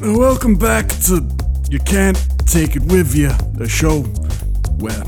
Welcome back to You Can't Take It With You, the show where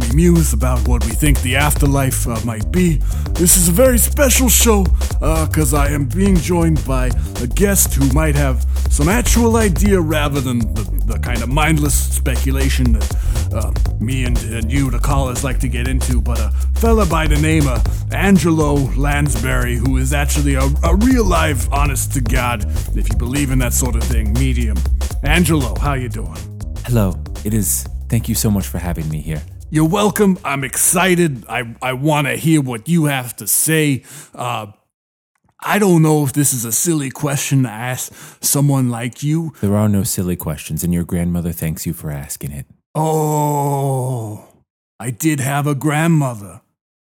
we muse about what we think the afterlife uh, might be. This is a very special show because I am being joined by a guest who might have some actual idea rather than the, the kind of mindless speculation that uh, me and, and you, the callers, like to get into. But a fella by the name of Angelo Lansbury, who is actually a, a real live, honest to God, if you believe in that sort of thing, medium. Angelo, how you doing? Hello, it is. Thank you so much for having me here. You're welcome. I'm excited. I, I want to hear what you have to say. Uh, I don't know if this is a silly question to ask someone like you. There are no silly questions, and your grandmother thanks you for asking it. Oh, I did have a grandmother.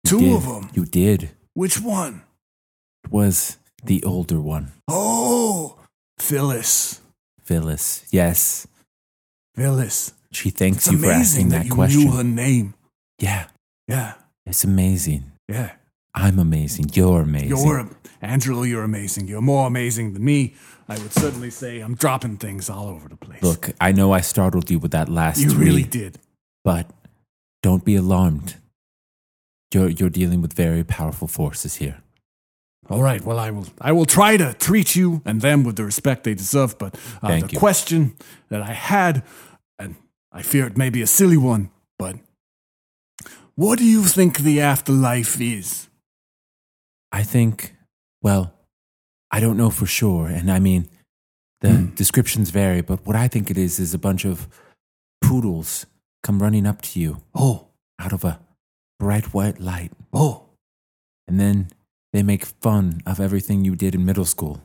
Two You of did. them. You did. Which one? It was the older one, Oh, Phyllis. Phyllis. Yes, Phyllis. she thanks It's you for asking amazing that, that, you question. knew her name. Yeah, Yeah, it's amazing. yeah. I'm amazing. You're amazing. You're Angelo. You're amazing. You're more amazing than me. I would certainly say I'm dropping things all over the place. Look, I know I startled you with that last you tweet, really did. but don't be alarmed. You're you're dealing with very powerful forces here. All right. Well, I will. I will try to treat you and them with the respect they deserve. But uh, Thank the you. question that I had, and I fear it may be a silly one, but what do you think the afterlife is? I think, well, I don't know for sure. And I mean, the descriptions vary, but what I think it is is a bunch of poodles come running up to you Oh, out of a bright white light. oh, And then they make fun of everything you did in middle school.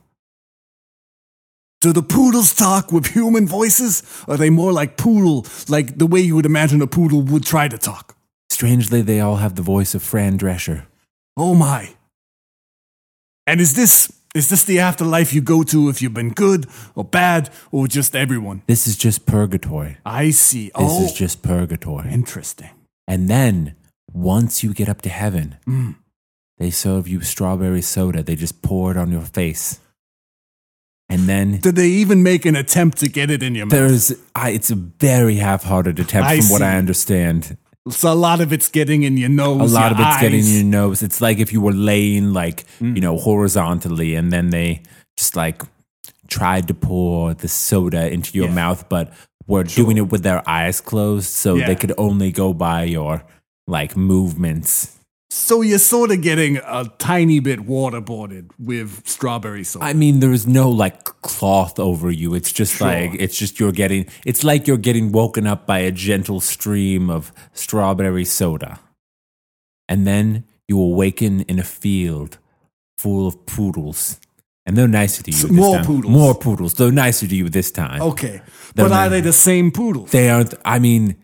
Do the poodles talk with human voices? Are they more like poodle, like the way you would imagine a poodle would try to talk? Strangely, they all have the voice of Fran Drescher. Oh my. And is this is this the afterlife you go to if you've been good or bad or just everyone? This is just purgatory. I see. This oh, is just purgatory. interesting. And then once you get up to heaven, Mm. they serve you strawberry soda. They just pour it on your face. And then Did they even make an attempt to get it in your mouth? there's, I, it's a very half hearted attempt I from what see. I understand. So a lot of it's getting in your nose. A lot of your it's getting in eyes. Mm. your nose. It's like if you were laying, like, you know, horizontally, and then they just like tried to pour the soda into your Yeah. mouth, but were doing it with their eyes closed. So Yeah. they could only go by your like movements. So you're sort of getting a tiny bit waterboarded with strawberry sauce. I mean, there is no like cloth over you. It's just like it's just you're getting. It's like you're getting woken up by a gentle stream of strawberry soda, and then you awaken in a field full of poodles, and they're nicer to you. this more time. poodles. More poodles. They're nicer to you this time. okay. But They're are not- they the same poodles? They aren't. I mean,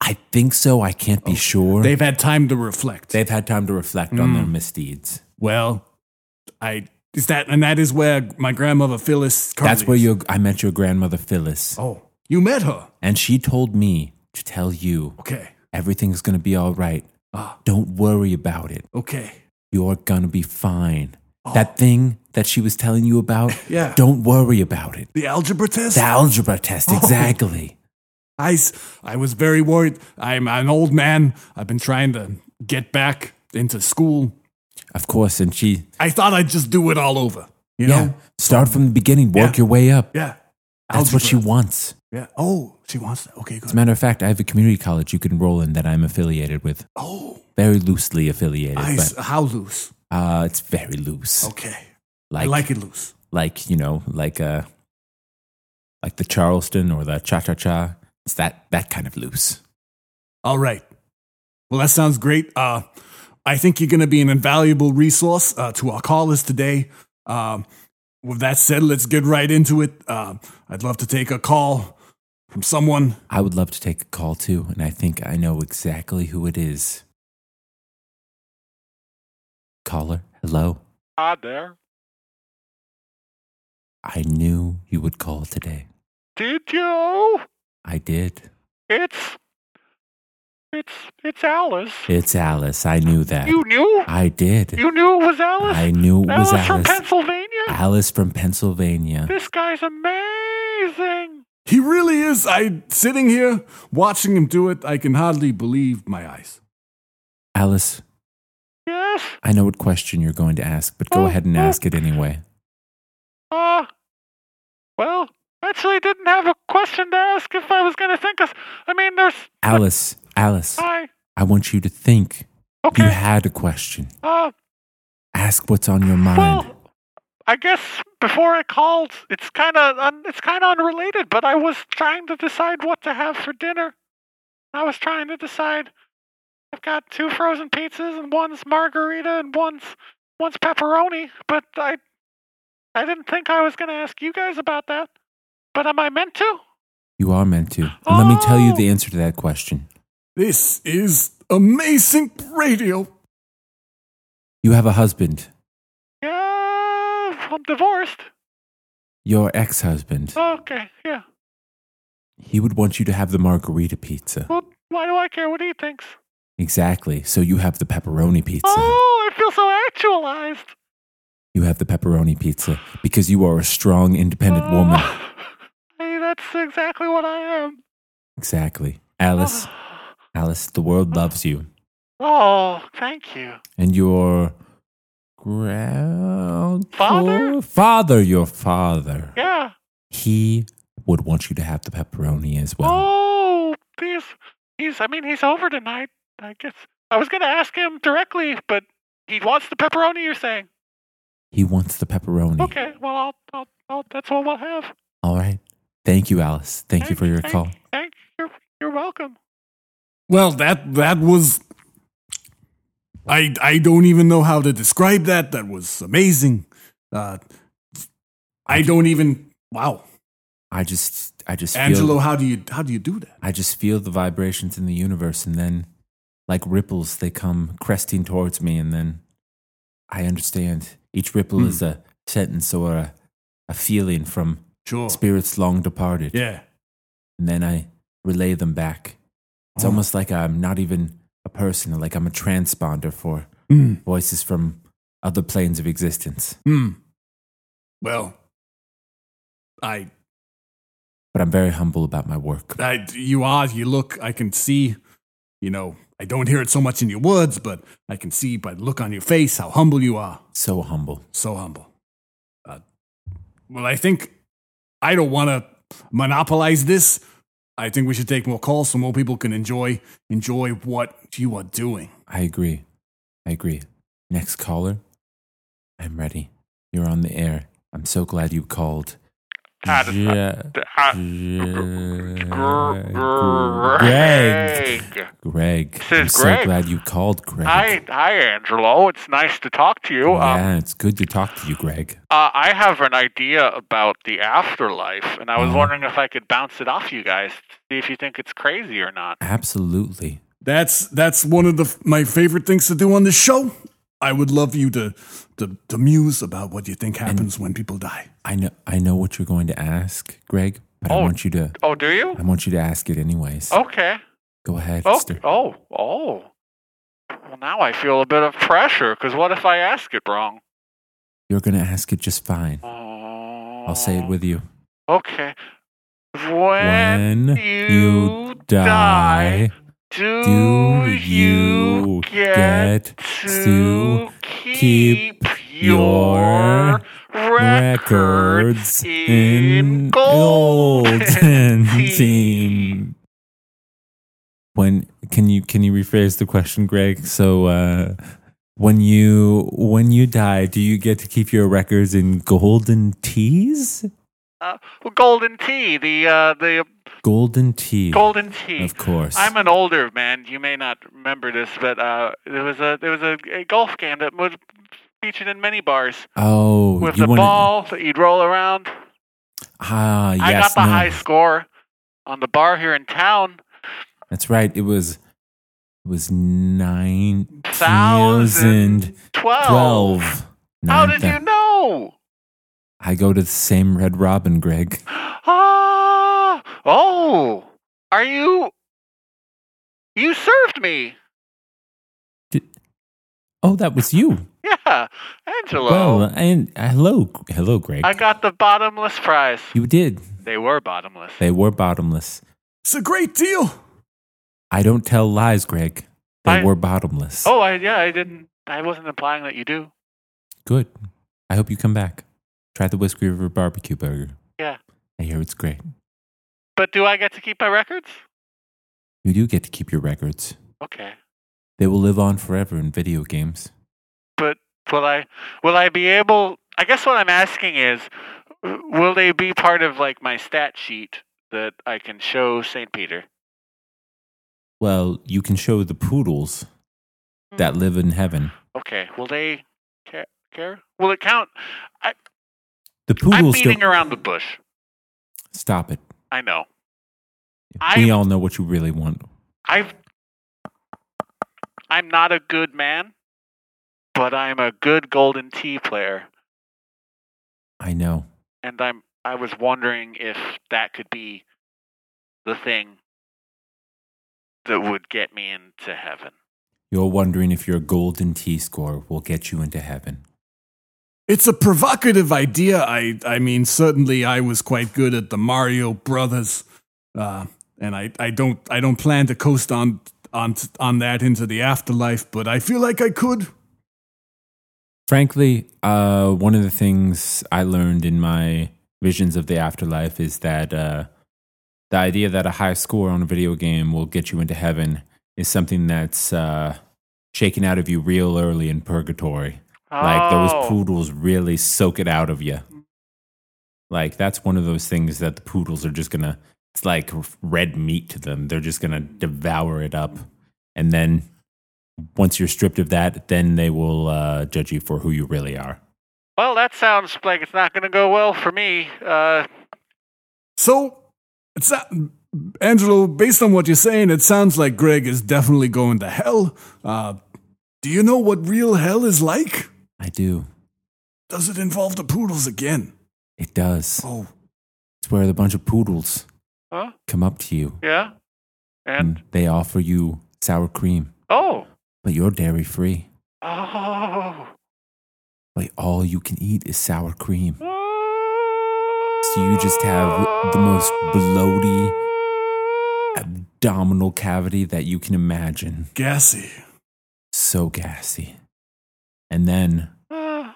I think so. I can't be sure. They've, They've had time to reflect. had time to reflect on Mm. their misdeeds. well, I is that and that is where my grandmother Phyllis. Currently That's where is. your I met your grandmother Phyllis, Oh, you met her. and she told me to tell you. Okay. everything's going to be all right. Ah. Don't worry about it. Okay. You're going to be fine. That thing that she was telling you about, Ah. Yeah. don't worry about it. The algebra test. The algebra Oh. test, exactly. I, s- I was very worried. I'm an old man. I've been trying to get back into school. Of course. And she, I thought I'd just do it all over. You yeah, know? start from the beginning, work Yeah. your way up. Yeah. That's what she Algebra. wants. Yeah. Oh, she wants that. Okay, As a good. matter of fact, I have a community college you can enroll in that I'm affiliated with. Oh, Very loosely affiliated, I s- how loose? but uh, it's very loose. Okay. I like Like, like, it loose. you know, like uh, like the Charleston or the Cha Cha Cha. It's that that kind of loose. All right. Well, that sounds great. Uh, I think you're going to be an invaluable resource uh, to our callers today. Um, with that said, let's get right into it. Uh, I'd love to take a call from someone. I would love to take a call too, and I think I know exactly who it is. Caller, hello. Hi there. I knew you would call today. Did you? I did. It's it's it's Alice. It's Alice. I knew that. You knew? I did. You knew it was Alice? I knew it was from Alice. Pennsylvania? Alice from Pennsylvania. This guy's amazing. amazing. He really is. I sitting here watching him do it. I can hardly believe my eyes. Alice, Yes. I know what question you're going to ask, but go ahead and ask it anyway. Uh, well, actually, I didn't have a question to ask if I was going to think of. I mean, there's. Alice, Alice, I. I want you to think you Okay. had a question. Uh, Ask what's on your mind. well, I guess before I called, it's kind of un, it's kind of unrelated, but I was trying to decide what to have for dinner. I was trying to decide. I've got two frozen pizzas, and one's margarita, and one's one's pepperoni. But I, I didn't think I was going to ask you guys about that. But am I meant to? You are meant to. And let me tell you Oh! the answer to that question. This is amazing radio. You have a husband, Yeah, I'm divorced. your ex husband. Okay, yeah. He would want you to have the margarita pizza. Well, why do I care what he thinks? Exactly. So you have the pepperoni pizza. Oh, I feel so actualized. You have the pepperoni pizza because you are a strong, independent woman. Oh, hey, that's exactly what I am. Exactly. Alice, Alice, the world loves you. Oh, thank you. And your grand Father? father, your father, Yeah. he would want you to have the pepperoni as well. Oh, he's, he's, I mean, he's over tonight, I guess. I was going to ask him directly, but he wants the pepperoni, you're saying. He wants the pepperoni. Okay, well, I'll, I'll, I'll that's what we'll have. All right. Thank you, Alice. Thank you for your thank, call. Thank you. You're welcome. Well, that that was. I I don't even know how to describe that. That was amazing. Uh, I don't even. Wow, I just, I just feel, Angelo, how do you how do you do that? I just feel the vibrations in the universe, and then, like ripples, they come cresting towards me, and then I understand. Each ripple Hmm. is a sentence or a, a feeling from Sure. spirits long departed. Oh. Yeah. and then I relay them back. It's Oh. almost like I'm not even a person, like I'm a transponder for Hmm. voices from other planes of existence. Hmm. Well, I But I'm very humble about my work. I you are you look. I can see. You know, I don't hear it so much in your words, but I can see by the look on your face how humble you are. So humble. so humble. Uh, well, I think I don't want to monopolize this. I think we should take more calls so more people can enjoy enjoy what you are doing. I agree. I agree. Next caller, I'm ready. You're on the air. I'm so glad you called. Ah, that's not- uh, Yeah. Greg. Greg. Greg. This is I'm so Greg. glad you called, Greg. Hi, hi, Angelo. It's nice to talk to you. Um, yeah, it's good to talk to you, Greg. uh, I have an idea about the afterlife, and I was Uh-huh. wondering if I could bounce it off you guys, see if you think it's crazy or not. Absolutely. That's that's one of the my favorite things to do on this show. I would love you to to, to muse about what you think happens when people die. I know I know what you're going to ask, Greg, but I Oh. want you to Oh, do you? I want you to ask it anyways. Okay. Go ahead. Oh, Stir. oh, oh. Well, now I feel a bit of pressure, because what if I ask it wrong? You're going to ask it just fine. Oh. I'll say it with you. Okay. When, When you die, die, do, you get, to keep your records in gold? golden team. team. When can you can you rephrase the question, Greg? So uh, when you when you die, do you get to keep your records in golden teas? Uh, golden tea, the uh, the Golden tea, golden tea. of course. I'm an older man. You may not remember this, but uh, there was a there was a, a golf game that was featured in many bars oh, with you the wanna- ball that you'd roll around. Ah, yes, I got the no. high score on the bar here in town. That's right. It was it was nine thousand Thousand Twelve. twelve. How did you know? I go to the same Red Robin, Greg. Ah, oh, are you? You served me. Oh, that was you. Yeah, Yeah, Angelo. Well, and uh, hello, hello, Greg. I got the bottomless prize. you did. They were bottomless. They were bottomless. It's a great deal. I don't tell lies, Greg. They I- were bottomless. Oh, I yeah, I didn't. I wasn't implying that you do. Good. I hope you come back. Try the Whiskey River barbecue burger. Yeah. I hear it's great. But do I get to keep my records? You do get to keep your records. Okay. They will live on forever in video games. Will I will I be able? I guess what I'm asking is, w- will they be part of like my stat sheet that I can show Saint Peter? Well, you can show the poodles Hmm. that live in heaven. Okay. Will they care? care? Will it count? The I'm poodles beating don't around the bush. stop it. I know. we I all know what you really want. I've I'm not a good man, but I'm a good golden tea player, I know. and I'm I was wondering if that could be the thing that would get me into heaven. You're wondering if your golden T score will get you into heaven. It's a provocative idea. I, I mean, certainly I was quite good at the Mario Brothers, uh, and I, I don't, I don't plan to coast on, on, on that into the afterlife. But I feel like I could. Frankly, uh, one of the things I learned in my visions of the afterlife is that uh, the idea that a high score on a video game will get you into heaven is something that's uh, shaken out of you real early in purgatory. Like those Oh. poodles really soak it out of you. Like that's one of those things that the poodles are just gonna. It's like red meat to them. They're just gonna devour it up, and then once you're stripped of that, then they will uh, judge you for who you really are. Well, that sounds like it's not going to go well for me. Uh, So, it's not, Angelo. Based on what you're saying, it sounds like Greg is definitely going to hell. Uh, do you know what real hell is like? I do. Does it involve the poodles again? It does. Oh, It's where the bunch of poodles huh? come up to you Yeah. And they offer you sour cream, oh, but you're dairy free. oh, Like all you can eat is sour cream. so So you just have the most bloaty abdominal cavity that you can imagine. gassy. So gassy. And then Oh.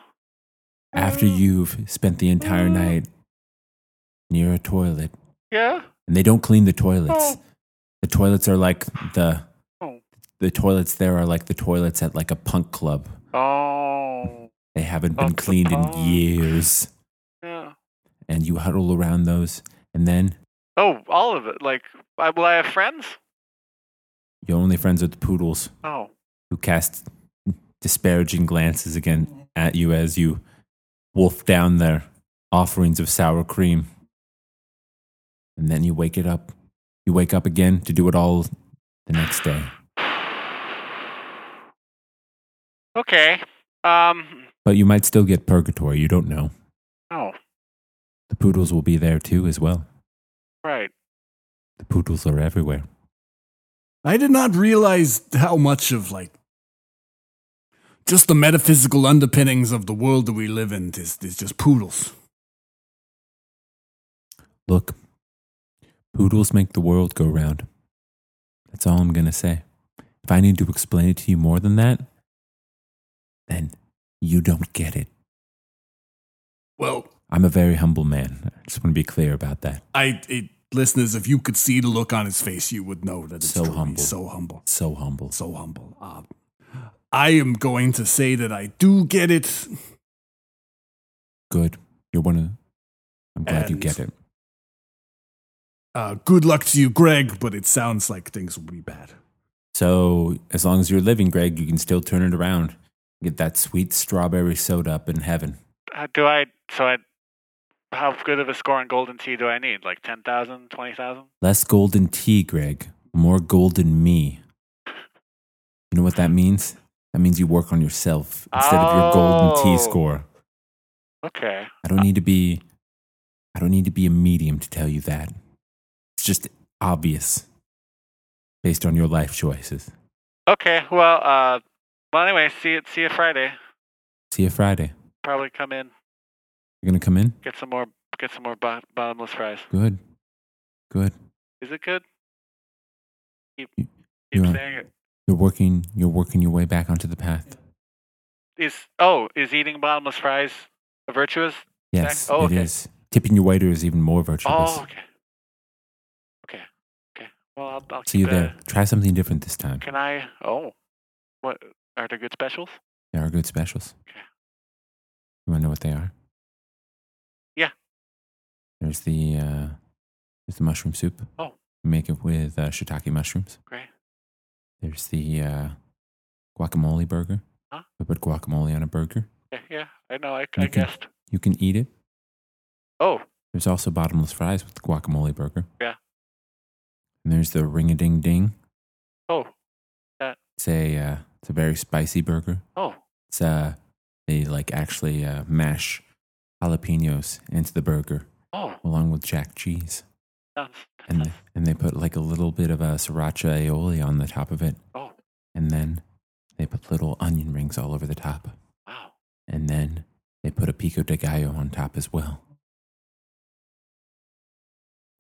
after you've spent the entire night near a toilet, Yeah. and they don't clean the toilets. Oh. The toilets are like the Oh. the toilets there are like the toilets at like a punk club. Oh. They haven't Of been the cleaned in punk. years. Yeah. And you huddle around those and then Oh, all of it. Like, I, will I have friends? you're only friends with the poodles. Oh. who cast disparaging glances again at you as you wolf down their offerings of sour cream. And then you wake it up. You wake up again to do it all the next day. Okay. Um. But you might still get purgatory. You don't know. Oh, The poodles will be there too, as well. right. The poodles are everywhere. I did not realize how much of like just the metaphysical underpinnings of the world that we live in is, is just poodles. Look, poodles make the world go round. That's all I'm going to say. If I need to explain it to you more than that, then you don't get it. Well, I'm a very humble man. I just want to be clear about that. I it, listeners, if you could see the look on his face, you would know that it's So true. He's humble. so humble, So humble. so humble. Uh, I am going to say that I do get it. Good. You're one of. I'm glad you And- get it. Uh, good luck to you, Greg. But it sounds like things will be bad. So as long as you're living, Greg, you can still turn it around. Get that sweet strawberry soda up in heaven. Uh, do I? So I. How good of a score on golden tea do I need? Like 10,000, 20,000? Less golden tea, Greg. More golden me. You know what that means? That means you work on yourself instead of your golden Oh. tea score. Okay. I don't need to be. I don't need to be a medium to tell you that. It's just obvious, based on your life choices. Okay. Well. Uh. Well. Anyway, see it. See you Friday. See you Friday. Probably come in, You're gonna come in. get some more, get some more bo- bottomless fries. Good. Good. Is it good? Keep, You- keep you're on. saying it. You're working. You're working your way back onto the path. Is oh, is eating bottomless fries a virtuous? Yes, Oh, it okay. is. Tipping your waiter is even more virtuous. Oh, okay, okay, okay. Well, I'll, I'll See keep you that. there. Try something different this time. Can I? Oh, what are there good specials? There are good specials. Okay. You want to know what they are? Yeah. There's the uh, there's the mushroom soup. Oh. You make it with uh, shiitake mushrooms. Great. There's the uh, guacamole burger. Huh? We put guacamole on a burger. Yeah, yeah I know. I, I can- guessed. You can eat it. Oh, There's also bottomless fries with the guacamole burger. Yeah. And there's the ring a ding ding. oh, It's a uh, it's a very spicy burger. oh. It's uh, they like actually uh, mash jalapenos into the burger Oh, uh, along with jack cheese, sounds, and and they put like a little bit of a sriracha aioli on the top of it, oh, and then they put little onion rings all over the top, wow. and then they put a pico de gallo on top as well.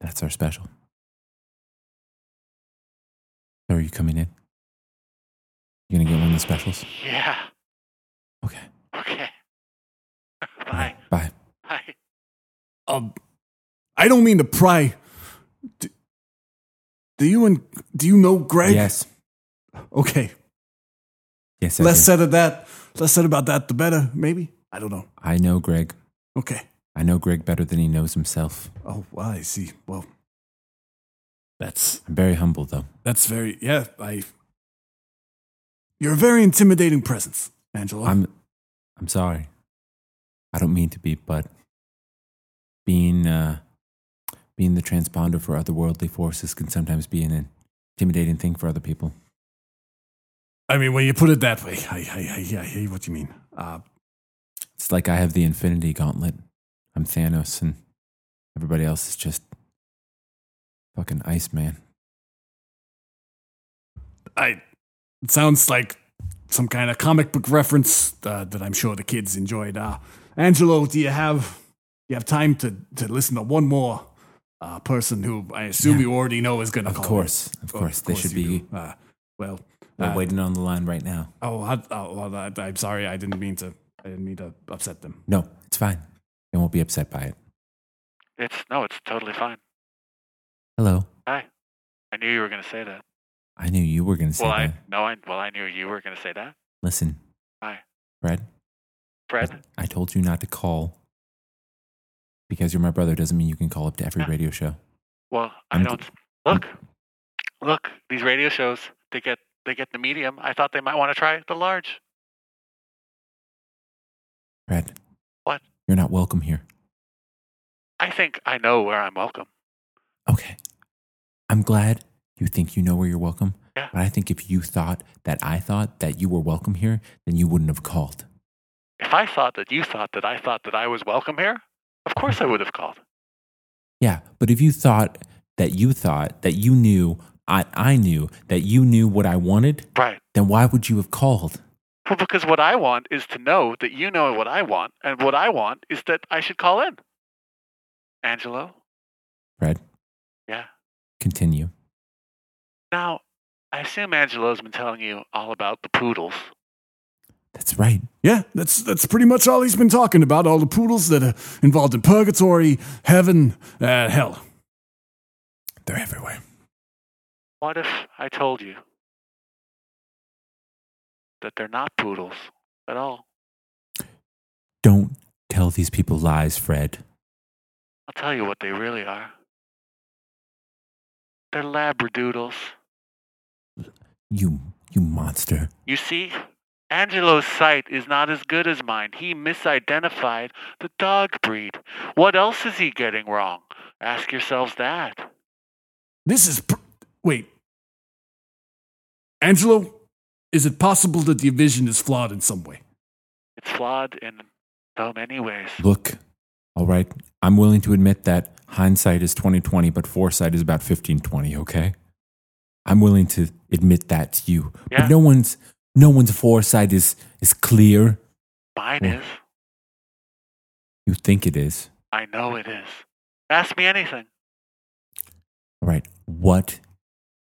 That's our special. So are you coming in? You gonna get one of the specials? Yeah. Okay. Okay. Bye. Bye. Bye. Um, I don't mean to pry. Do, do you and do you know Greg? Yes. Okay. Yes. I Less do. said of that. Less said about that, the better. Maybe. I don't know. I know Greg. Okay. I know Greg better than he knows himself. Oh, well, I see. Well, that's I'm very humble, though. that's very yeah. I. You're a very intimidating presence, Angela. I'm, I'm sorry. I don't mean to be, but being, uh, being the transponder for otherworldly forces can sometimes be an intimidating thing for other people. I mean, when you put it that way, I I I, I hear what you mean. Uh, It's like I have the Infinity Gauntlet. I'm Thanos, and everybody else is just fucking Iceman. I. It sounds like some kind of comic book reference uh, that I'm sure the kids enjoyed. Uh, Angelo, do you have you have time to to listen to one more uh, person who I assume Yeah. you already know is going to Of call? course, of in? course, they should you be. do. Uh, well, We're uh, waiting on the line right now. Oh, I, oh well, I, I'm sorry. I didn't mean to. I didn't mean to upset them. No, it's fine. They won't be upset by it. It's no, it's totally fine. Hello. I knew you were gonna say that. I knew you were going to say well, that. I no, I well, I knew you were gonna say that. Listen. Hi. Fred, Fred, I told you not to call because you're my brother doesn't mean you can call up to every Yeah. radio show. well, I I'm- don't look. Look, these radio shows, they get they get the medium. I thought they might want to try the large. Fred. What? You're not welcome here. I think I know where I'm welcome. Okay. I'm glad you think you know where you're welcome. Yeah. But I think if you thought that I thought that you were welcome here, then you wouldn't have called. If I thought that you thought that I thought that I was welcome here, of course I would have called. Yeah. But if you thought that you thought that you knew I, I knew that you knew what I wanted, Right. then why would you have called? Well, because what I want is to know that you know what I want, and what I want is that I should call in. Angelo, Fred? Yeah. Continue. now I assume Angelo's been telling you all about the poodles. That's right. Yeah, that's that's pretty much all he's been talking about. All the poodles that are involved in purgatory, heaven, uh, hell. They're everywhere. What if I told you that they're not poodles at all? Don't tell these people lies, Fred. I'll tell you what they really are. They're labradoodles. You you monster. You see, Angelo's sight is not as good as mine. He misidentified the dog breed. What else is he getting wrong? Ask yourselves that. This is pr- wait, Angelo. Is it possible that the vision is flawed in some way? It's flawed in so many ways. Look, all right, I'm willing to admit that hindsight is 2020, but foresight is about 1520, okay? I'm willing to admit that to you. Yeah. But no one's no one's foresight is is clear. Mine Yeah. is. You think it is. I know it is. Ask me anything. All right. What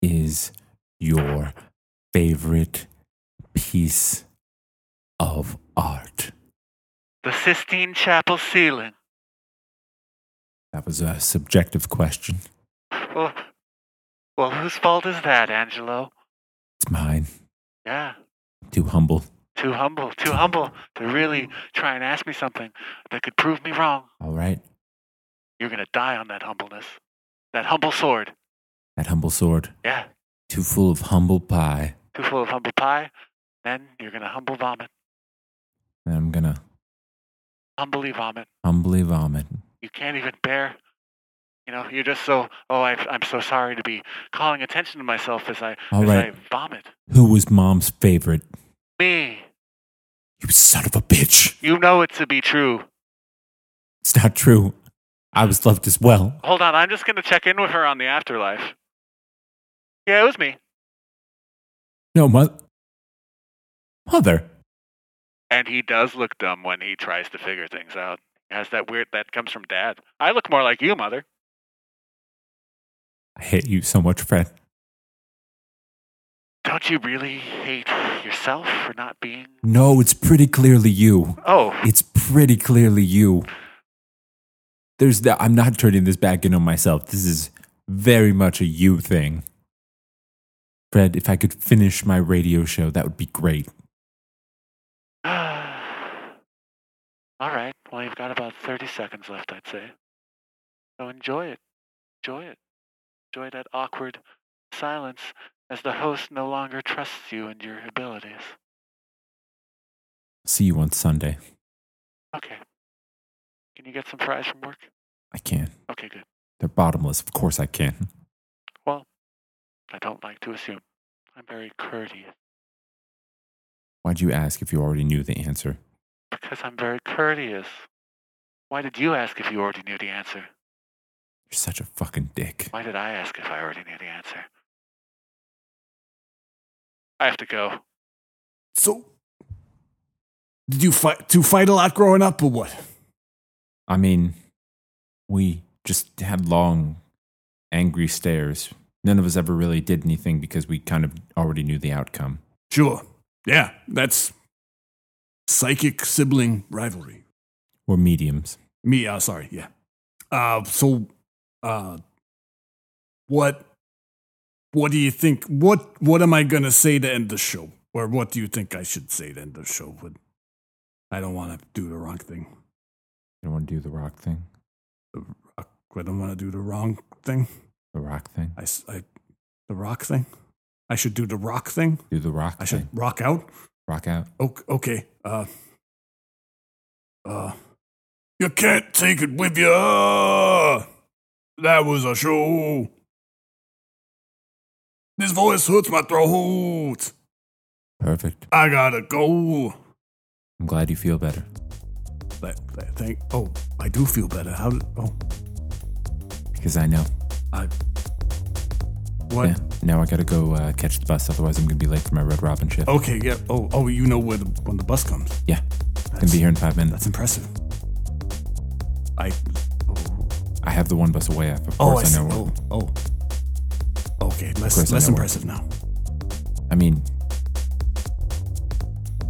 is your favorite piece of art? The Sistine Chapel ceiling. That was a subjective question. Well, well, whose fault is that, Angelo? It's mine. Yeah, Too humble. too humble, too humble to really try and ask me something that could prove me wrong. All right. You're gonna die on that humbleness. That humble sword. That humble sword. Yeah, Too full of humble pie. too full of humble pie. Then you're gonna humble vomit. And I'm going to Humbly vomit. humbly vomit. you can't even bear you know you're just so oh I, i'm so sorry to be calling attention to myself as i All as right. i vomit Who was mom's favorite? me You son of a bitch. you know it to be true It's not true. I was loved as well. hold on i'm just going to check in with her on the afterlife yeah it was me No, mother. Mother. and he does look dumb when he tries to figure things out He has that weird that comes from dad i look more like you mother I hate you so much, friend. don't you really hate yourself for not being No, it's pretty clearly you. oh It's pretty clearly you. There's the, I'm not turning this back in on myself. This is very much a you thing. Fred, if I could finish my radio show, that would be great. all right well you've got about 30 seconds left i'd say so enjoy it enjoy it enjoy that awkward silence as the host no longer trusts you and your abilities See you on Sunday. okay can you get some fries from work I can. okay good They're bottomless. Of course I can. i don't like to assume i'm very courteous Why'd you ask if you already knew the answer? because i'm very courteous why did you ask if you already knew the answer You're such a fucking dick. why did i ask if i already knew the answer i have to go So, did you fight to fight a lot growing up, or what? I mean, we just had long, angry stares. None of us ever really did anything because we kind of already knew the outcome. Sure. Yeah, that's psychic sibling rivalry. We're mediums. Me, uh, sorry, yeah. Uh, so, uh, what, what do you think? What, what am I gonna say to end the show, or what do you think I should say to end the show? But I don't want to do the wrong thing. You don't want to do the rock thing? I don't want to do the wrong thing. The rock thing? I, s- I- the rock thing. I should do the rock thing. Do the rock I thing. should rock out. Rock out. Okay. okay. Uh, uh, you can't take it with you. That was a show. This voice hurts my throat. Perfect. I gotta go. I'm glad you feel better. That, that thing. Oh, I do feel better. How? Did, oh, Because I know. I. What? Yeah. Now I gotta go uh, catch the bus, otherwise I'm gonna be late for my Red Robin shift. Okay. Yeah. Oh. Oh. You know where the when the bus comes. Yeah. It's gonna be here in five minutes. That's impressive. I. Oh. I have the one bus away app. Of Oh, I course see. I, know. Oh, oh. Okay, course less I less know where. impressive now. I mean,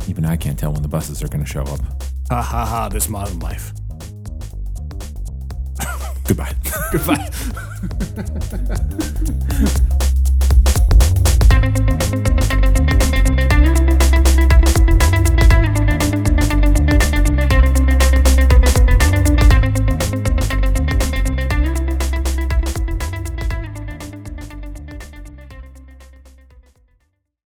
even I can't tell when the buses are gonna show up. Ha ha ha! This modern life. Goodbye. Goodbye.